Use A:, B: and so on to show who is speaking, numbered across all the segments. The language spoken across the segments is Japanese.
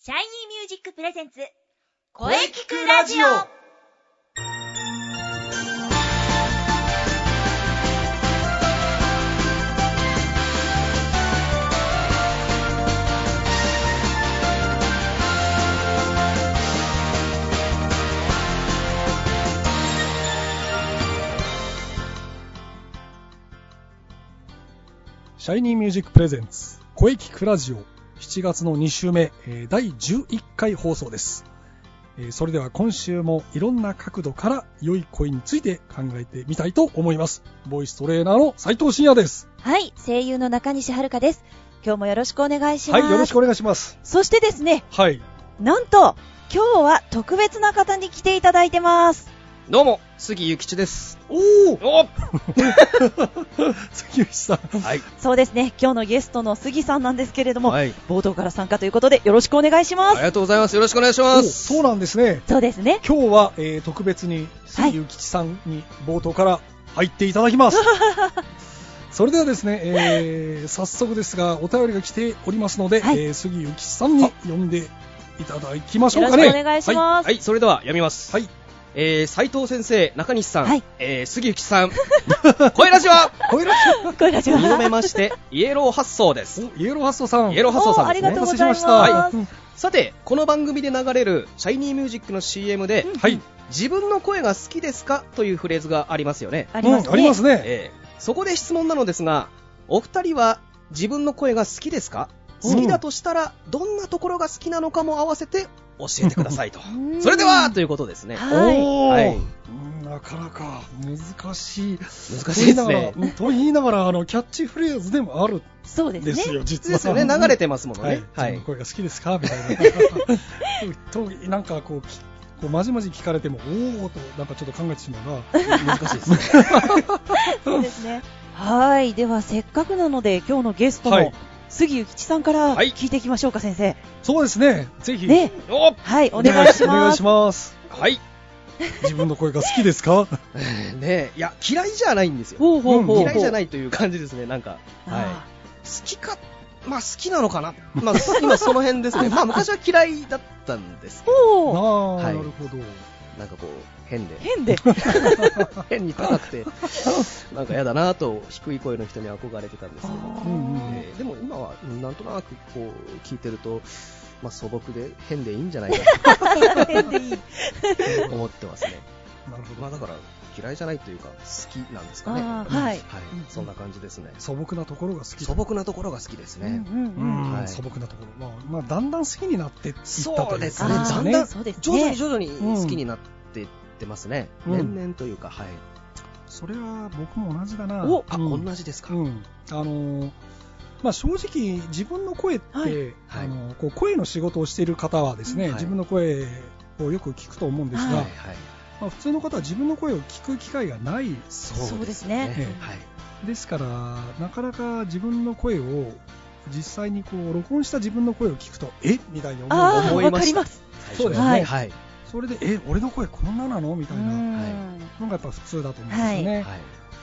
A: シャイニーミュージックプレゼンツ、
B: 声聞くラジオ
C: シャイニーミュージックプレゼンツ声聞くラジオ7月の2週目、えー第11回放送です、えーそれでは今週もいろんな角度から良い声について考えてみたいと思いますボイストレーナーの斉藤真也です
D: はい、声優の中西遥です。今日もよろしくお願いしま
B: は
D: す。
B: い、よろしくお願いします。
D: そしてですね、
C: はい
D: なんと、今日は特別な方に来ていただいてます。
E: どうも、杉ゆきちです。
C: おお
E: お
C: 関口さん
E: はい。
D: そうですね、今日のゲストの杉さんなんですけれども、
E: はい。
D: 冒頭から参加ということでよろしくお願いしま
E: あ
D: す。
E: りがとうございます。よろしくお願いし
C: お
E: ま
C: ー
E: す。
C: そうなんですね
D: そうですね。
C: 今日は、えー特別に杉ゆきちさんに冒頭から入っていただき ます、それではですね、えー早速ですがお便りが来ておりますので、
D: はい
C: えー杉ゆきちさんに呼んでいただきましょ
D: よ
C: う
D: ろ
C: か
D: し
C: ね
D: くお願いします。
E: はい、それでは読みます。
C: はい、
E: えー、斉藤先生、中西さん、
D: はい
E: えー、杉ゆきさん、 声ラジオ
C: 声ラジ
D: 声出しま
E: 二度目
D: す。
E: まして、イエロー発想です。
C: オイエローハッソさん
E: イエロー発想さ
D: あ
E: んで
D: り
E: すね
D: が。とうございます。
C: お待た
D: は
C: せしまし
E: さて、この番組で流れる、シャイニーミュージックの CM で、
C: はい、
E: 自分の声が好きですかというフレーズがありますよね。
D: あります
C: う
D: ね。
C: んありますね
E: えー、そこで質問なのですが、お二人は自分の声が好きですか
C: うん
E: 好きだとしたら、どんなところが好きなのかも合わせて教えてくださいと。
D: うん
E: それではということですね。
D: はい。
C: おー
E: はい
C: うんなかなか難しい
E: 難しいですね。
C: と言いながらうんと言いながらあのキャッチフレーズでもある
D: そうで
C: んですす
D: ね。
C: よ、実は
E: ですよね、流れてますもの
C: はい
E: ね。、はい
C: 自分の。声が好きですかみたい なとなんかこうきこうまじまじ聞かれてもおおとなんかちょっと考えてしまうな
E: 難しいですね。
D: そうですね。はい。では、せっかくなので、今日のゲスト
C: はい
D: の杉ゆきちさんから
E: はい
D: 聞いていきましょうか、先生。
C: そうですねぜひ、
D: ね。
E: お
D: はい、お願いし
C: お願
D: ま
C: い
D: す
C: し。ます
E: はい。
C: 自分の声が好きで すか
E: ねいや、嫌いじゃないんですよ。
D: ほうほうほう。。
E: 嫌いじゃないいという感じですね、なんか。はい。
D: あ
E: 好きか、まあ好きなのか な。まあ今その辺ですね。まあ昔は嫌いだったんですけど。
C: あ
D: ほう。
E: は
C: あ、
E: い
C: なるほど
E: なんかこう、変で。
D: 変で。
E: 変に高くて、なんかやだなと低い声の人に憧れてたんですけど、
C: うんうん
E: えーでも今はなんとなくこう聞いてると、まあ、素朴で変でいいんじゃないか
D: 変でいい。
E: と思ってますね。
C: なるほ
E: まあ
C: ど
E: だから嫌いじゃないというか好きなんですかね。
D: あーはい。
E: はい、そんな感じですね。
C: 素朴なところが好き
E: 素朴なところが好きです
D: う
E: ね
D: ん。うん
C: う
D: うん
C: ん、
E: はい
C: 素朴なところ、まあまあ、だんだん好きになっていったというか
E: そうですね
D: あ
E: だ
D: ー
E: んだん
D: そうです
E: 徐々に
D: ね。
E: 徐々に好きになっていってますね。
C: うん
E: 年々というか、はい。
C: それは僕も同じだな
E: あ、
C: うん
E: 同じですか。
C: うん、あのーまあ、正直、自分の声って、
D: はい
C: あのーこう声の仕事をしている方はですね、
E: はい
C: 自分の声をよく聞くと思うんですが、
E: はい
D: は
E: はい。
C: まあ、普通の方は自分の声を聞く機会がない
D: そうですね
C: ええ
E: はい。
C: ですからなかなか自分の声を実際にこう録音した自分の声を聞くとえみたいに思う
D: ああ、
E: 思
C: 思
E: い
C: い
D: わ
E: ま
D: か
E: し
D: り
E: た
D: ます。
C: そうです
D: ね
E: はい。はい。
C: それでえ俺の声こんななのみた
D: う
C: いなの
D: ん
C: がやっぱ普通だと思うんですよね、
E: はい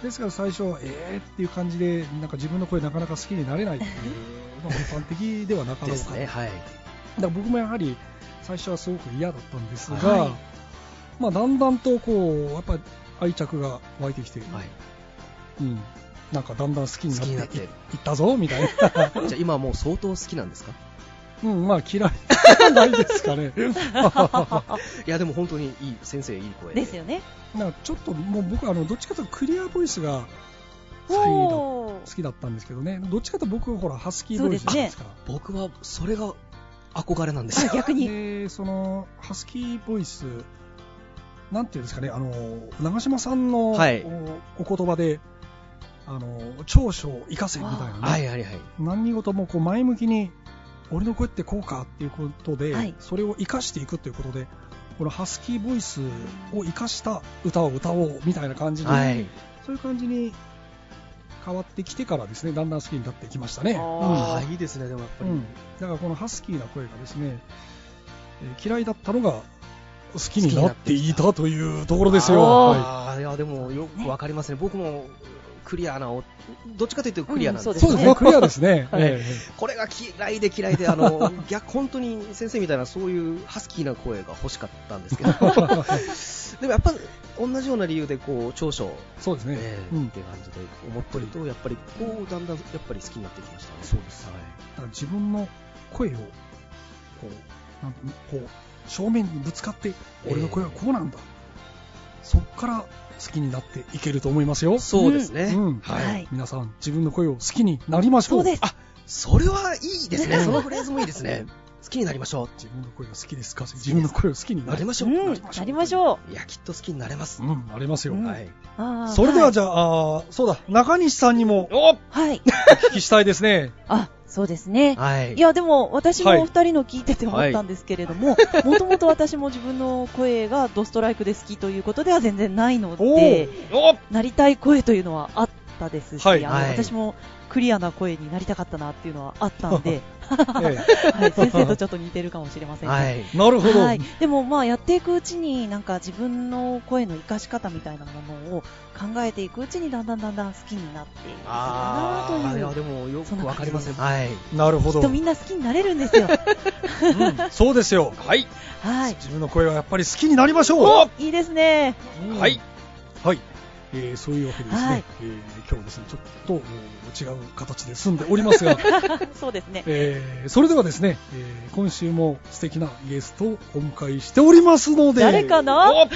C: ですから最初えーっていう感じでなんか自分の声なかなか好きになれないっていうのが一般的ではなかろ
E: で
C: う
E: す
C: か
E: ね。はい。
C: だから僕もやはり最初はすごく嫌だったんですが、
E: はい
C: まあ、だんだんとこうやっぱり愛着が湧いてきて、
E: はい。
C: うん、なんかだんだん好きになって
E: 好きになって
C: いいったぞ みたいな、
E: じゃあ今はもう相当好きなんですか
C: うん、まあ嫌いじゃないです かね
E: いやでも本当にいい先生いい声
D: ですよね。
C: なんかちょっともう僕はあのどっちかというとクリアボイスが好きだ
D: おー
C: 好きだったんですけどねどっちかというと僕ほらハスキーボイス
D: そうですね
C: ですから
E: 僕はそれが憧れなんですよ
D: あ逆に。
C: でそのハスキーボイスなんていうんですかねあの長嶋さんの、
E: はい
C: おお言葉であの長所を生かせみたいな、ね
E: はいはいはい
C: 何事もこう前向きに俺の声ってこうかっていうことで、
D: はい
C: それを生かしていくということでこのハスキーボイスを生かした歌を歌おうみたいな感じに、
E: はい
C: そういう感じに変わってきてからですねだんだん好きになってきましたね。
D: あ
E: ああいいですねでもやっぱ
C: う
E: り、
C: ん、だからこのハスキーな声がですね、えー嫌いだったのが好きになっていたというところですよ。
E: あ
C: は
E: あ、い、やでもよくわかりますね僕もクリアなお、どっちかというとクリアなんです,、
D: うん
C: そうですね、クリアですね。
E: はい
C: え
E: これが嫌いで嫌いで、あ の逆本当に先生みたいなそういうハスキーな声が欲しかったんです けど、 でもやっぱ同じような理由でこう長所、
C: えそうですね。
E: ええ
C: うん
E: って感じで思ってると、やっぱりこうだんだんやっぱり好きになってきましたね。
C: そうです
E: はい
C: だから自分の声をこうなんこう正面にぶつかって
E: えー
C: 俺の声はこうなんだ、そっから好きになっていけると思いますよ、
E: そうですね。
C: うん
E: はい。
D: はい
C: 皆さん自分の声を好きになりましょ
D: そう
C: う
D: です
E: あそれはいいですね。
C: うん
E: そのフレーズもいいですね。好きになりましょ
C: 自分の声が好きですか自分の声を好きに
E: う。
C: な
E: なり
C: り
E: まし
D: う
E: ょう。
D: ん、なりましょ
E: いや、きっと好きになれます。
C: うんなりますよ、
D: うん
E: はい。
D: う。
B: それでは
D: ゃ
B: じゃあ、あーそうだ、中西さんにも
E: お
D: あ、はい。
B: お聞きしたいですね。
D: あ、そうですね。
E: はい。
D: いや、でも私
B: は
D: も
B: い
D: お二人の聞いてて思ったんですけれども、 もともと私も自分の声がドストライクで好きということでは全然ないの
B: お
D: で、
B: お
D: なりたい声というのはあったですし、
B: はい
D: あの
E: はい
D: 私もクリアな声になりたかったなっていうのはあったん で、
B: え
D: はい、先生とちょっと似てるかもしれませんが、
E: はい。
B: えなるほど。
D: はい、 でもまあやっていくうちになんか自分の声の活かし方みたいなものを考えていくうちにだんだんだんだん好きになっていくかなと
E: あーい
D: い
E: や、
D: う
E: でもよ
D: そん
E: く
D: な
E: わ
D: 感
E: か
D: じ
E: り
D: です
E: ません。はい。
B: なるほ
D: き
B: ど
D: っと。みんな好きになれるんですよ。
B: うんそうですよ。
E: はい。
D: はい、
B: 自分の声はやっぱり好きになりましょう。
D: いいですね。
B: うん
C: はい。はい、えーそういうわけでですね、
D: はい
C: えー今日はですねちょっとうん違う形で済んでおりま すが
D: そうですね。
C: えーそれではですね、えー今週も素敵なゲストをお迎えしておりますので
D: 誰かな
B: お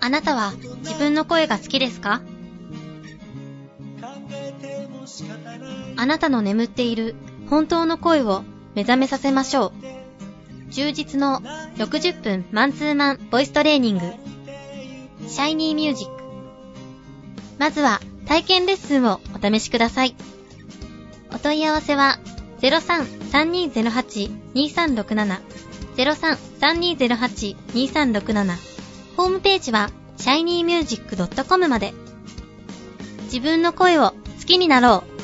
F: あなたは自分の声が好きですかあなたの眠っている本当の声を目覚めさせましょう。充実の60分マンツーマンボイストレーニング。シャイニーミュージック。まずは体験レッスンをお試しください。お問い合わせは03-3208-2367 03-3208-2367ホームページは shinymusic.com まで。自分の声を好きになろう。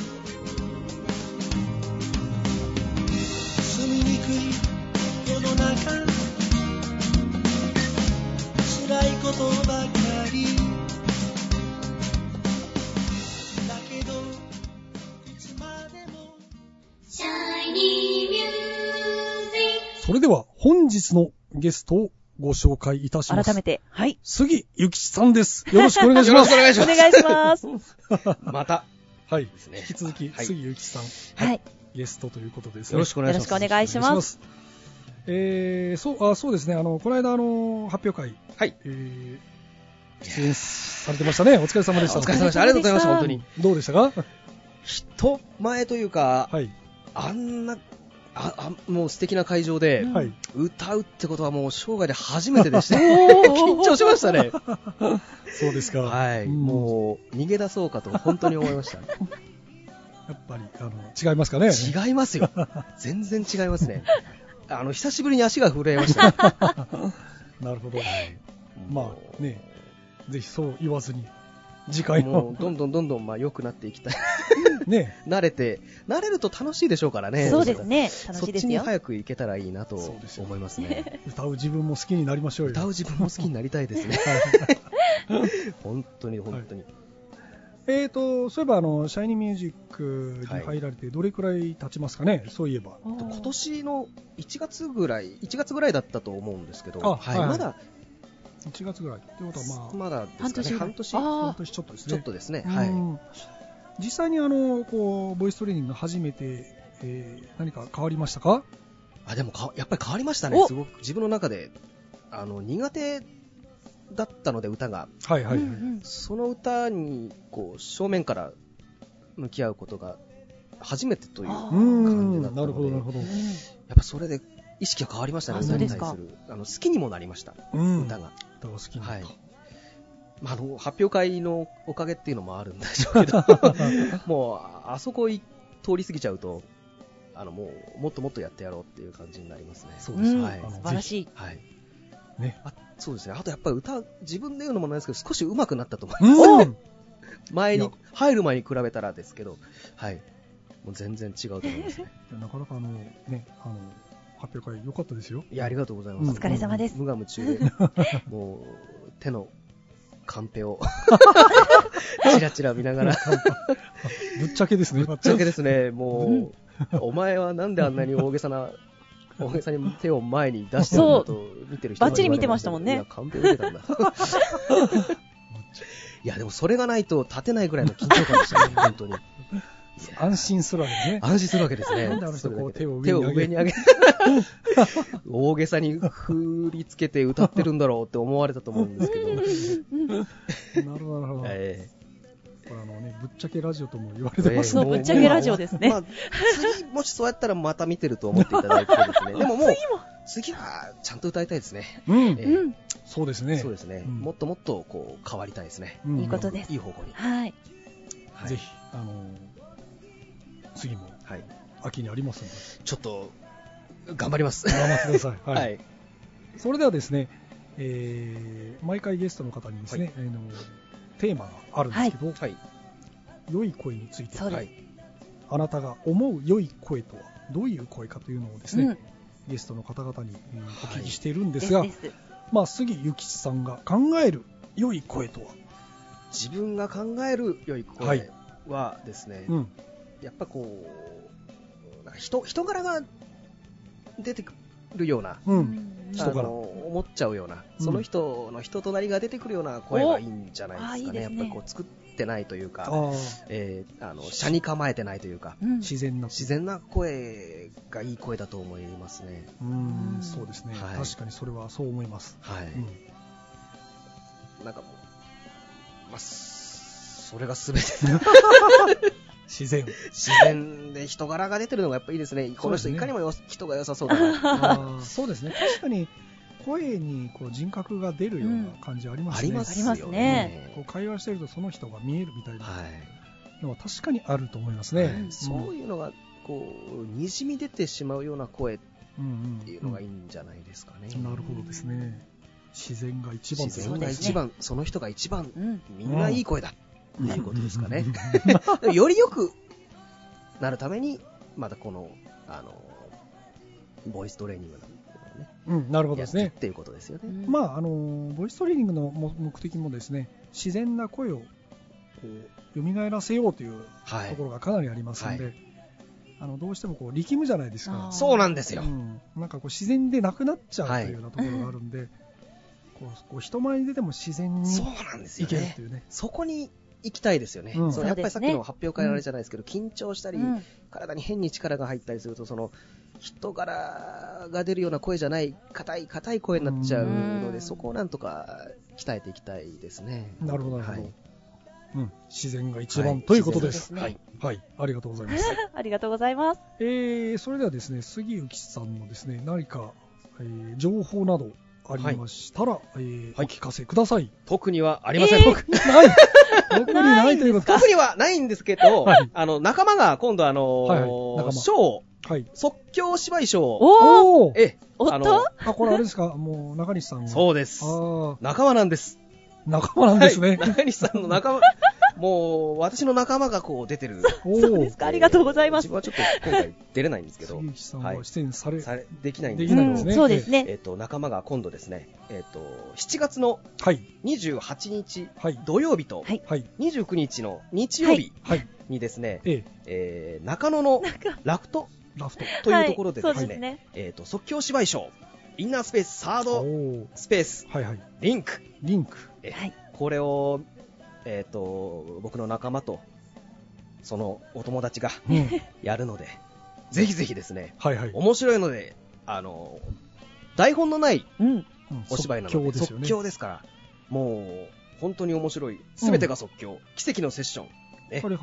C: それでは本日のゲストをご紹介いたします
D: 改めて、はい。
C: 杉ゆきちさんですよろしくお願いし
E: よろ
C: ま
E: し
C: す
E: くお願いし
D: お
E: ます。
D: 願いします。
E: また。
C: はい
E: すね
C: 引き続き、
E: はい
C: 杉ゆきさん
D: はい。
C: ゲストということですね
E: よろしくお願いしま
D: よろ
E: す。
D: しくお願いします
C: えー、そうあそうですねあのこの間あの発表会、
E: はい
C: えー出演されてましたねお疲れ様でした
E: お疲れ様でした。ありがとうございました。本当に。
C: どうでしたか
E: 人前というか、
C: はい
E: あんな、あ、あもう素敵な会場で、
C: はい
E: 歌うってことはもう生涯で初めて でした。緊張しましたね。
C: そうですか
E: はい。
C: うん
E: もう、逃げ出そうかと本当に思いました。
C: やっぱりあの違いますかね
E: 違います よ。全然違いますね。あの、久しぶりに足が震えました。
C: なるほど。 まあね、ぜひそう言わずに、次回
E: も
C: も
E: う、どんどんどんどん、まあ、良くなっていきたい。
C: ね、
E: 慣れて、慣れると楽しいでしょうからね。
D: そうですね。楽し
E: そっ
D: いで
E: ち
D: す
E: に
D: よ。
E: 早く行けたらいいなと
C: そうですよ
E: 思います ね。
C: 歌う自分も好きになりましょうよ。
E: 歌う自分も好きになりたいですね。 本当に、本当に。
C: えーと、そういえば、あの、シャイニーミュージックに入られて、どれくらい経ちますかね、そういえば。
D: おー
E: 今年の1月ぐらい、1月ぐらいだったと思うんですけど、
C: あ
E: はい
C: はい
E: まだ、
C: 1月ぐらい。ということは、ま
E: まだです
D: 半
E: か
D: 年ぐ
E: ね、
D: らい
E: 半年、
D: あ
C: あ、
D: ー
C: 半年ちょっとですね。
E: ちょっとですね、はい。
C: うん実際に、あの、こう、ボイストレーニング始めて、えー何か変わりましたか
E: あでもかやっぱり変わりましたね、
D: お
E: すごく自分の中であの苦手だったので、歌が、
C: はいはいはい。
D: うんうん
E: その歌にこう正面から向き合うことが初めてという
D: あ
E: や
D: ー
E: 感じだったの
C: ん、
E: で
C: なるほど、なるほど。
E: っぱそれで意識が変わりましたね
D: あ
E: 歌に対
D: そうですか
E: するあの好きにもなりました
C: うん、
E: 歌が、
C: 歌が好きにな
E: は
C: っ
E: い
C: た。
E: まあ、あの発表会のおかげっていうのもあるんで しょうけどもうあそこい通り過ぎちゃうとあのもうもっともっとやってやろうっていう感じになりますね
C: そう
D: う
C: です
D: ん、
C: ね。
E: はい
D: 素晴らしい。
E: はい
C: ね
E: あそうですねあとやっぱり歌自分で言うのもなんですけど少し上手くなったと思います
C: うん、
E: 前
C: いや
E: に入る前に比べたらですけど、はい、もう全然違うと思い ますね。
C: なかなかあの、ね、あの、発表会良かったですよ。
E: いや、ありがとうござい
C: うん
E: ま
D: お
E: す。
D: 疲れ様です。
E: 無我夢 中で、もう手のカンペを チラチラ見ながら、
C: ぶっちゃけですね。
E: ぶっちゃけですね、もう、お前はなんであんなに大げ さな。大げさに手を前に出してるんだと見てる人
D: バッチリ見てましたもんね
E: いや、カンペを見てた んだ。いや、でもそれがないと立てないぐらいの緊張感でした ね、本当に。
C: 安心するわけですね。
E: 安心するわけですね。
C: なんであの人こう
E: それだけで
C: 手を上に
E: 手を上
C: 上げる
E: げ 大げさに振り付けて歌ってるんだろうって思われたと思うんですけ ど。
C: なるほど、なるほど。
E: え
C: これあのね、ぶっちゃけラジオとも言わ
E: え
C: れてます
D: のぶっちゃけラジオですね
E: まあ次、もしそうやったらまた見てると思っていただいてです ね。でももう、次はちゃんと歌いたいですね。
C: うん
E: ええ
D: うん、
C: そうですね。
E: そうですね。
C: うん
E: もっともっとこう変わりたいですね。
C: うん
D: いいことです
E: いい方向に。
D: はい。
E: はい
C: ぜひ、あの、次も
E: はい。
C: 秋にありますの
E: ちょっと、頑張ります。
C: で、頑張ってください。
E: はい。
C: それではですね、えー毎回ゲストの方にですね、あのテーマがあるんですけど、
E: はい。
C: 良い声について、
D: そうです。
E: はい
C: あなたが思う良い声とはどういう声かというのをですね、
D: うん、
C: ゲストの方々に、えーお
E: はい
C: 聞きしているんで
D: です
C: が、
D: です。
C: まあ、杉ゆきちさんが考える良い声とは、
E: 自分が考える良い
C: はい
E: 声はですね、
C: うん
E: やっぱこう、なんか人人柄が出てくるような、
C: うん、人柄
E: あの思っちゃうような、
C: うん
E: その人の人となりが出てくるような声がいいんじゃないですかね、
D: おあーいいですね
E: やっぱりこう作ってないという
C: あ
E: か、
C: ー
E: えーあの車に構えてないというか、
D: うん、
C: 自然な
E: 自然な声がいい声だと思いますね。
C: うんそうですね、
E: はい
C: 確かにそれはそう思います、
E: はい、
C: うん
E: なんかもう、まあ、それが全て
C: 自然
E: 自然で人柄が出てるのがやっぱいいですね、この人、
C: そうですね
E: いかにもよ人が良さそうだな、
C: あーそうですね確かに声にこう人格が出るような感じありま
E: あ
C: すね、
E: りますよ
D: ありますね
C: こう会話してるとその人が見えるみたいな
E: はい
C: のは確かにあると思います
E: ね
C: ね、
E: そういうのがこうにじみ出てしまうような声っ
C: うんうん
E: ていうのがいいんじゃないですかね、
C: なるほどですね自然が一番
E: 自然が一番そ,、の人が一番
D: うん、
E: みんないい声だっていうことですかね
C: うん、
E: でもよりよくなるためにまたこのあのボイストレーニングなんていうのをね
C: うん、なるほどです
E: やっ
C: ね
E: てっていうことですよね、
C: まああのボイストレーニングのも目的もですね自然な声をこう蘇らせようという
E: は
C: と
E: い
C: ころがかなりありますので、
E: は
C: あのどうしてもこう力むじゃないですか
D: あー
E: そうなんですよ、
C: うん、なんかこう自然でなくなっちゃうと
E: はい
C: いうようなところがあるんで、こうこう人前に出ても自然に
E: そう
C: い
E: なんですよ
C: ける
E: ね
C: っていうね
E: そこに行きたいですよね、
C: うん
E: そのやっぱりさっきの発表会
D: そうですね
E: あれじゃないですけど、緊張したり、
D: うん
E: 体に変に力が入ったりするとその人柄が出るような声じゃない硬い硬い声になっちゃうの
D: う
E: で
D: ん
E: そこをなんとか鍛えていきたいですね
C: なるほどなるほど
E: はい
C: うん、自然が一番、
E: はい
C: ということで
D: 自
C: す
D: 然ですね
C: はい、ありがとうございます
D: ありがとうございます。
C: えー、それではですね杉内さんのですね何か、えー情報などありましたら、えー
E: はい
C: お聞かせください
E: 特にはありません、特
C: ない特にないということ
E: 特にはないんですけど、
C: はい
E: あの仲間が今度あのー
C: はいはい仲間
E: ショーを
C: はい
E: 即興芝居ショーを
D: おお、
C: おおー
E: ええ
D: おっと
E: あの
C: あこれあれですかもう中西さんが
E: そううです
C: あ
E: 仲間なんです
C: あ仲間なんですね、
E: はい、中西さんの仲間もう私の仲間がこう出てる
C: おお
D: そうですか。ありがとうございます
E: 自。分はちょっと今回出れないんですけど
C: 杉内さんは出演され、
E: されできないん
C: で
E: で
C: き
E: す
C: な
E: けど、
C: いんですね
D: うんそうですね。
E: えっと仲間が今度ですね、えっと7月の
C: はい
E: 28日
C: はい
E: 土曜日と
D: はい
C: はい
E: 29日の日曜日
C: はい
E: にですね、
C: ええ
E: えー中野のラフト
C: ラフト
E: というところで
D: は
E: で
D: いそ
E: す
D: うで
E: ね,、
D: すね。
E: えっと即興芝居ショーインナースペースサー
C: お
E: ド
C: お
E: スペース
C: はいはい
E: リンク
C: リンク
E: え
D: はい
E: これを、えっと僕の仲間とそのお友達が
C: うん
E: やるのでぜひぜひですね
C: はいはい
E: 面白いのであの台本のない
D: うん。
C: うん
E: お芝居なので
C: 即興ですよね
E: 即興ですからもう本当に面白い全てが即興、奇跡のセッションね
C: あ。れ、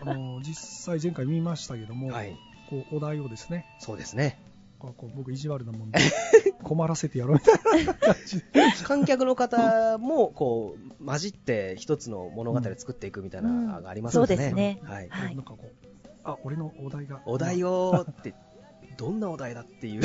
C: あの、あの実際前回見ましたけども、
E: はい。
C: こうお題をですね、
E: そうですね。
C: こうこう僕意地悪 なもんで、困らせてやろうみたい
E: 観客の方も、こう、混じって一つの物語を作っていくみたいな
D: うん
E: のがありますよね。
D: そうですね
E: はい。
C: な、
D: はい
C: なんかこう、あ、俺のお題が。
E: お題をって、どんなお題だって いう。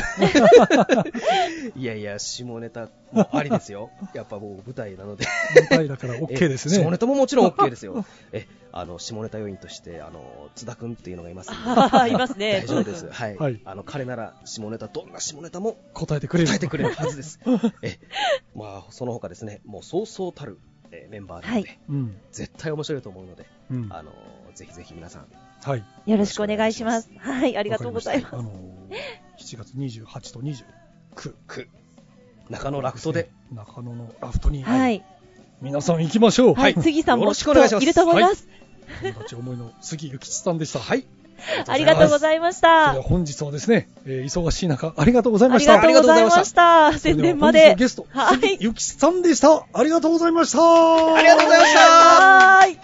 E: いやいや、下ネタもありですよ。やっぱもう舞台なの で。
C: 舞台だから OK です
E: え
C: ね。
E: 下ネタももちろん OK で すよ。え、あの、下ネタ要員として、あの、津田くんっていうのがいますんで。
D: あ いますね
E: 大丈夫です。はい。
C: はい
E: あの、彼なら、下ネタ、どんな下ネタも
C: 答えてくれる。
E: 答えてくれるは ずです。え、まあ、その他ですね、もうそうそうたる、えーメンバーなので、
D: はい
C: うん。
E: 絶対面白いと思うので、
C: うん。
E: あのぜひぜひ皆さん、
C: はい。あ
D: よろしくお願いします。はい、ありがとうございます。
C: あのー、7月28と29。
E: く、く、中野ラフトで、。
C: 中野のラフトに、
D: はい、
C: 皆さん行きましょう。
D: はい、杉さん
E: よ
D: も
E: ろ
D: き
E: し
D: っ
E: くお願いし
D: と
E: ます
D: いると思います。
C: 友達思いの杉ゆきちさんでした。はい。
D: ありがとうご
E: い
D: ざいまし
C: それ
D: た。
C: では
D: あ
C: 本日はですね、えー忙しい中、ありがとうございまし
D: り
C: た。
D: がとうございました。
C: それ
D: 宣伝ま
C: は本日の
D: で。
C: ゲスト、
D: はい
C: 杉ゆきさんでした。ありがとうございました。
E: ます。ありがとうございました
D: はーい。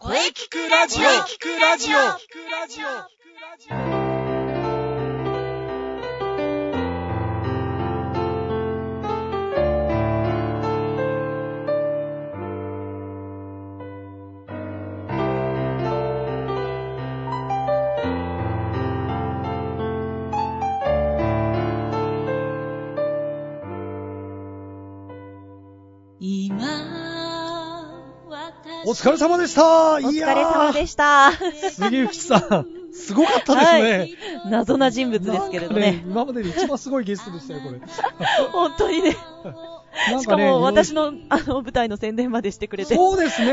F: 声聞くラジオ声聞くラジオ
C: お疲れ様でした。
D: お疲れ様
C: いや
D: でした。
C: ー杉ゆきさん、すごかったですね。
D: はい謎な人物ですけれど
C: なんか
D: ね。
C: 今までで一番すごいゲストでしたよ、 これ。
D: 本当にね。
C: なん
D: しか
C: ね
D: も私のあの舞台の宣伝までしてくれて。
C: そうですね。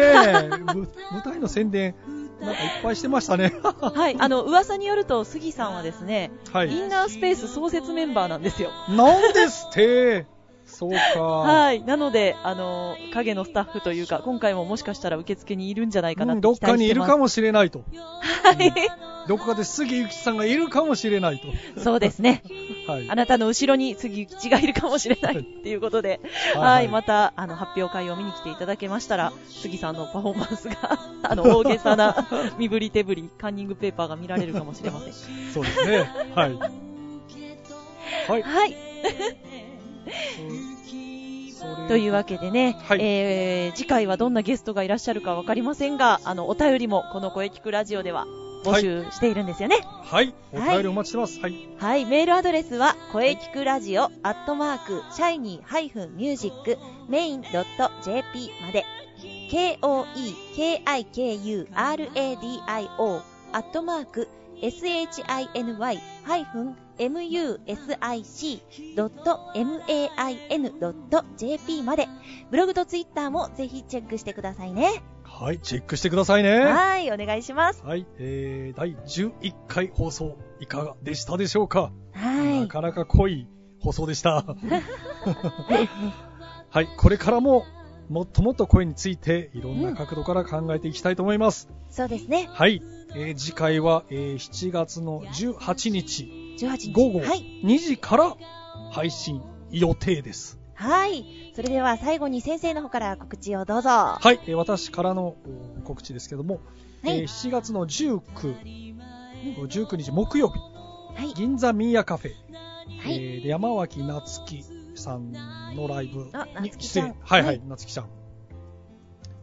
C: ぶ舞台の宣伝、なんかいっぱいしてましたね。
D: はい、あの、噂によると、杉さんはですね、
C: は
D: イ
C: い。
D: ンナースペース創設メンバーなんですよ。
C: なんです って。そうか。
D: はい。なので、あの、影のスタッフというか、今回ももしかしたら受付にいるんじゃないかな
C: う
D: と
C: んどっ
D: 期待
C: か
D: し
C: にい
D: て
C: る
D: ます。
C: かもしれないと。
D: は
C: どこかで杉ゆきさんがいるかもしれない
D: い。 そうですね。
C: と。はい。
D: あなたの後ろに杉内がいるかもしれないっていうことで、はい、また、あの、発表会を見に来ていただけましたら、杉さんのパフォーマンスが、あの、大げさな、身振り手振り、カンニングペーパーが見られるかもしれません。
C: そうですね。はい。はい。
D: はい。というわ
C: け
D: けでね、
C: はい
D: えー次回はどんなゲストがいらっしゃるかわかりませんが、あの、お便りもこの声聞くラジオでは募集しているんですよね。
C: はい。お便りお待ちしてます。はい。
F: はい、メールアドレスは、声聞くラジオ、アットマーク、シャイニー -music、メイン .jp まで、k-o-e-k-i-k-u-r-a-d-i-o、アットマーク、shiny-music.main.jp まで、ブログとツイッターもぜひチェックしてくださいね。
C: はい。チェックしてくださいね。
F: はい、お願いします。
C: はい、えー、第11回放送、いかがでしたでしょうか、
F: は。
C: ないかなか濃い放送でした。 はい、これからも、もっともっと声について、いろんな角度から考えていきたいと思います。
F: そうですね。
C: はい、えー、次回は、えー7月の18日、
F: 18日。
C: 午後
F: はい。
C: 2時から配信予定です。
F: はい。それでは最後に先生の方から告知をどうぞ。は
C: はい、えー私からのお告知ですけども、
F: はい
C: えー7月の19、19日木曜日、
F: い。
C: 銀座ミーヤカフェ、
F: は
C: え
F: い。
C: ーで山脇夏樹さんのライブ
F: あ
C: に
F: 夏樹ちゃん
C: 出演はいは、
F: はい
C: 夏樹ちゃん、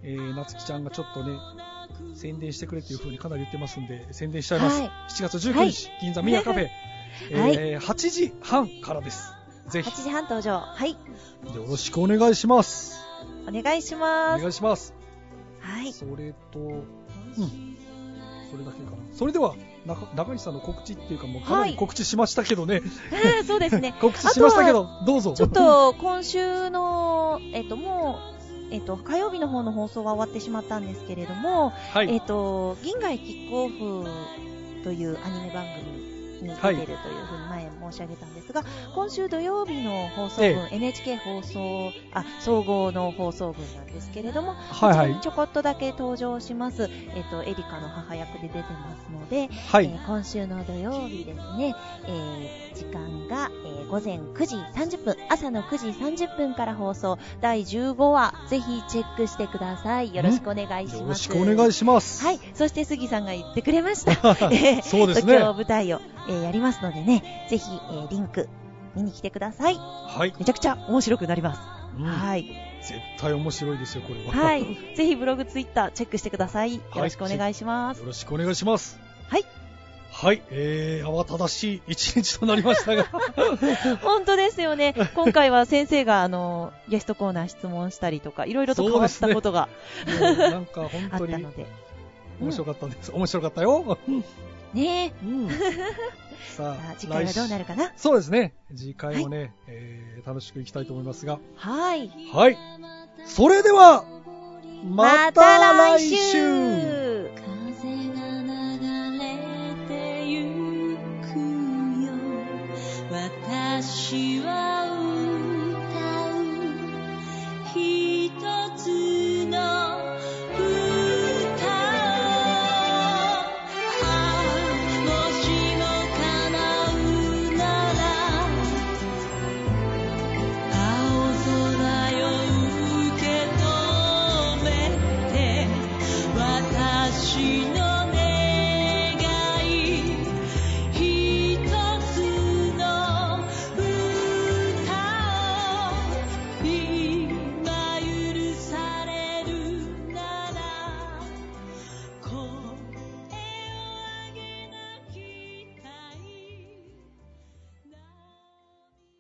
C: えー、夏樹ちゃんがちょっとね宣伝してくれっていう風にかなり言ってますんで宣伝しちゃいます、
F: はい
C: 7月19日、銀座ミヤカ フェ、えー8時半からですぜひ
F: 8時半登場。はい。
C: よろしくお願いします
F: お願いし
C: お
F: ます。
C: 願いします、
F: はい。
C: それとうんそれだけかなそれでは中中西さんの告知っていうかもうかなり告知しましたけどね、
F: あー そうですね。
C: 告知しましたけどどうぞ
F: ちょっと今週の、えっと、もう、えっと、火曜日の方の放送は終わってしまったんですけれども、
C: はい
F: えっと、銀河へキックオフというアニメ番組に出てるというふうに前申し上げたんですが、今週土曜日の放送分、
C: え
F: NHK 放送あ総合の放送分なんですけれども、
C: はいはい
F: こちらにちょこっとだけ登場します、えっとエリカの母役で出てますので、
C: は
F: え
C: い。
F: ー今週の土曜日ですね、えー時間が、えー午前9時30分、朝の9時30分から放送、第15話、ぜひチェックしてください。よろしくお願いします。
C: よろしくお願いします。
F: はい。そして杉さんが言ってくれました。えー
C: そうです ね。
F: 東京舞台を、えーやりますのでね、ぜひ、えーリンク見に来てください。
C: はい。
D: めちゃくちゃ面白くなります。
C: うん
D: はい。
C: 絶対面白いですよ、これは。
F: は
C: よ
F: い。ぜひブログ、ツイッターチェックしてください。よろしくお願いします。
C: ろしくお願いします。
F: はい。
C: はい。えー、慌ただしい一日となりました が。
D: 本当ですよね。今回は先生が、あの、ゲストコーナー質問したりとか、いろいろと変わっ
C: そうです
D: た
C: ね
D: ことが
C: もうなんか本
F: あっ
C: 当
F: た
C: に
F: ので。
C: 面白かったです。面白かったよ。
F: ね
C: うん。
F: え
C: さ
F: さあ
C: あ、
F: 次回はどうなるかな
C: 来週そうですね。次回もね、えー楽しくいきたいと思いますが。
F: はい。
C: はい。それでは、
F: ま
C: ま
F: た
C: た
F: 来
C: 来
F: 週
C: 週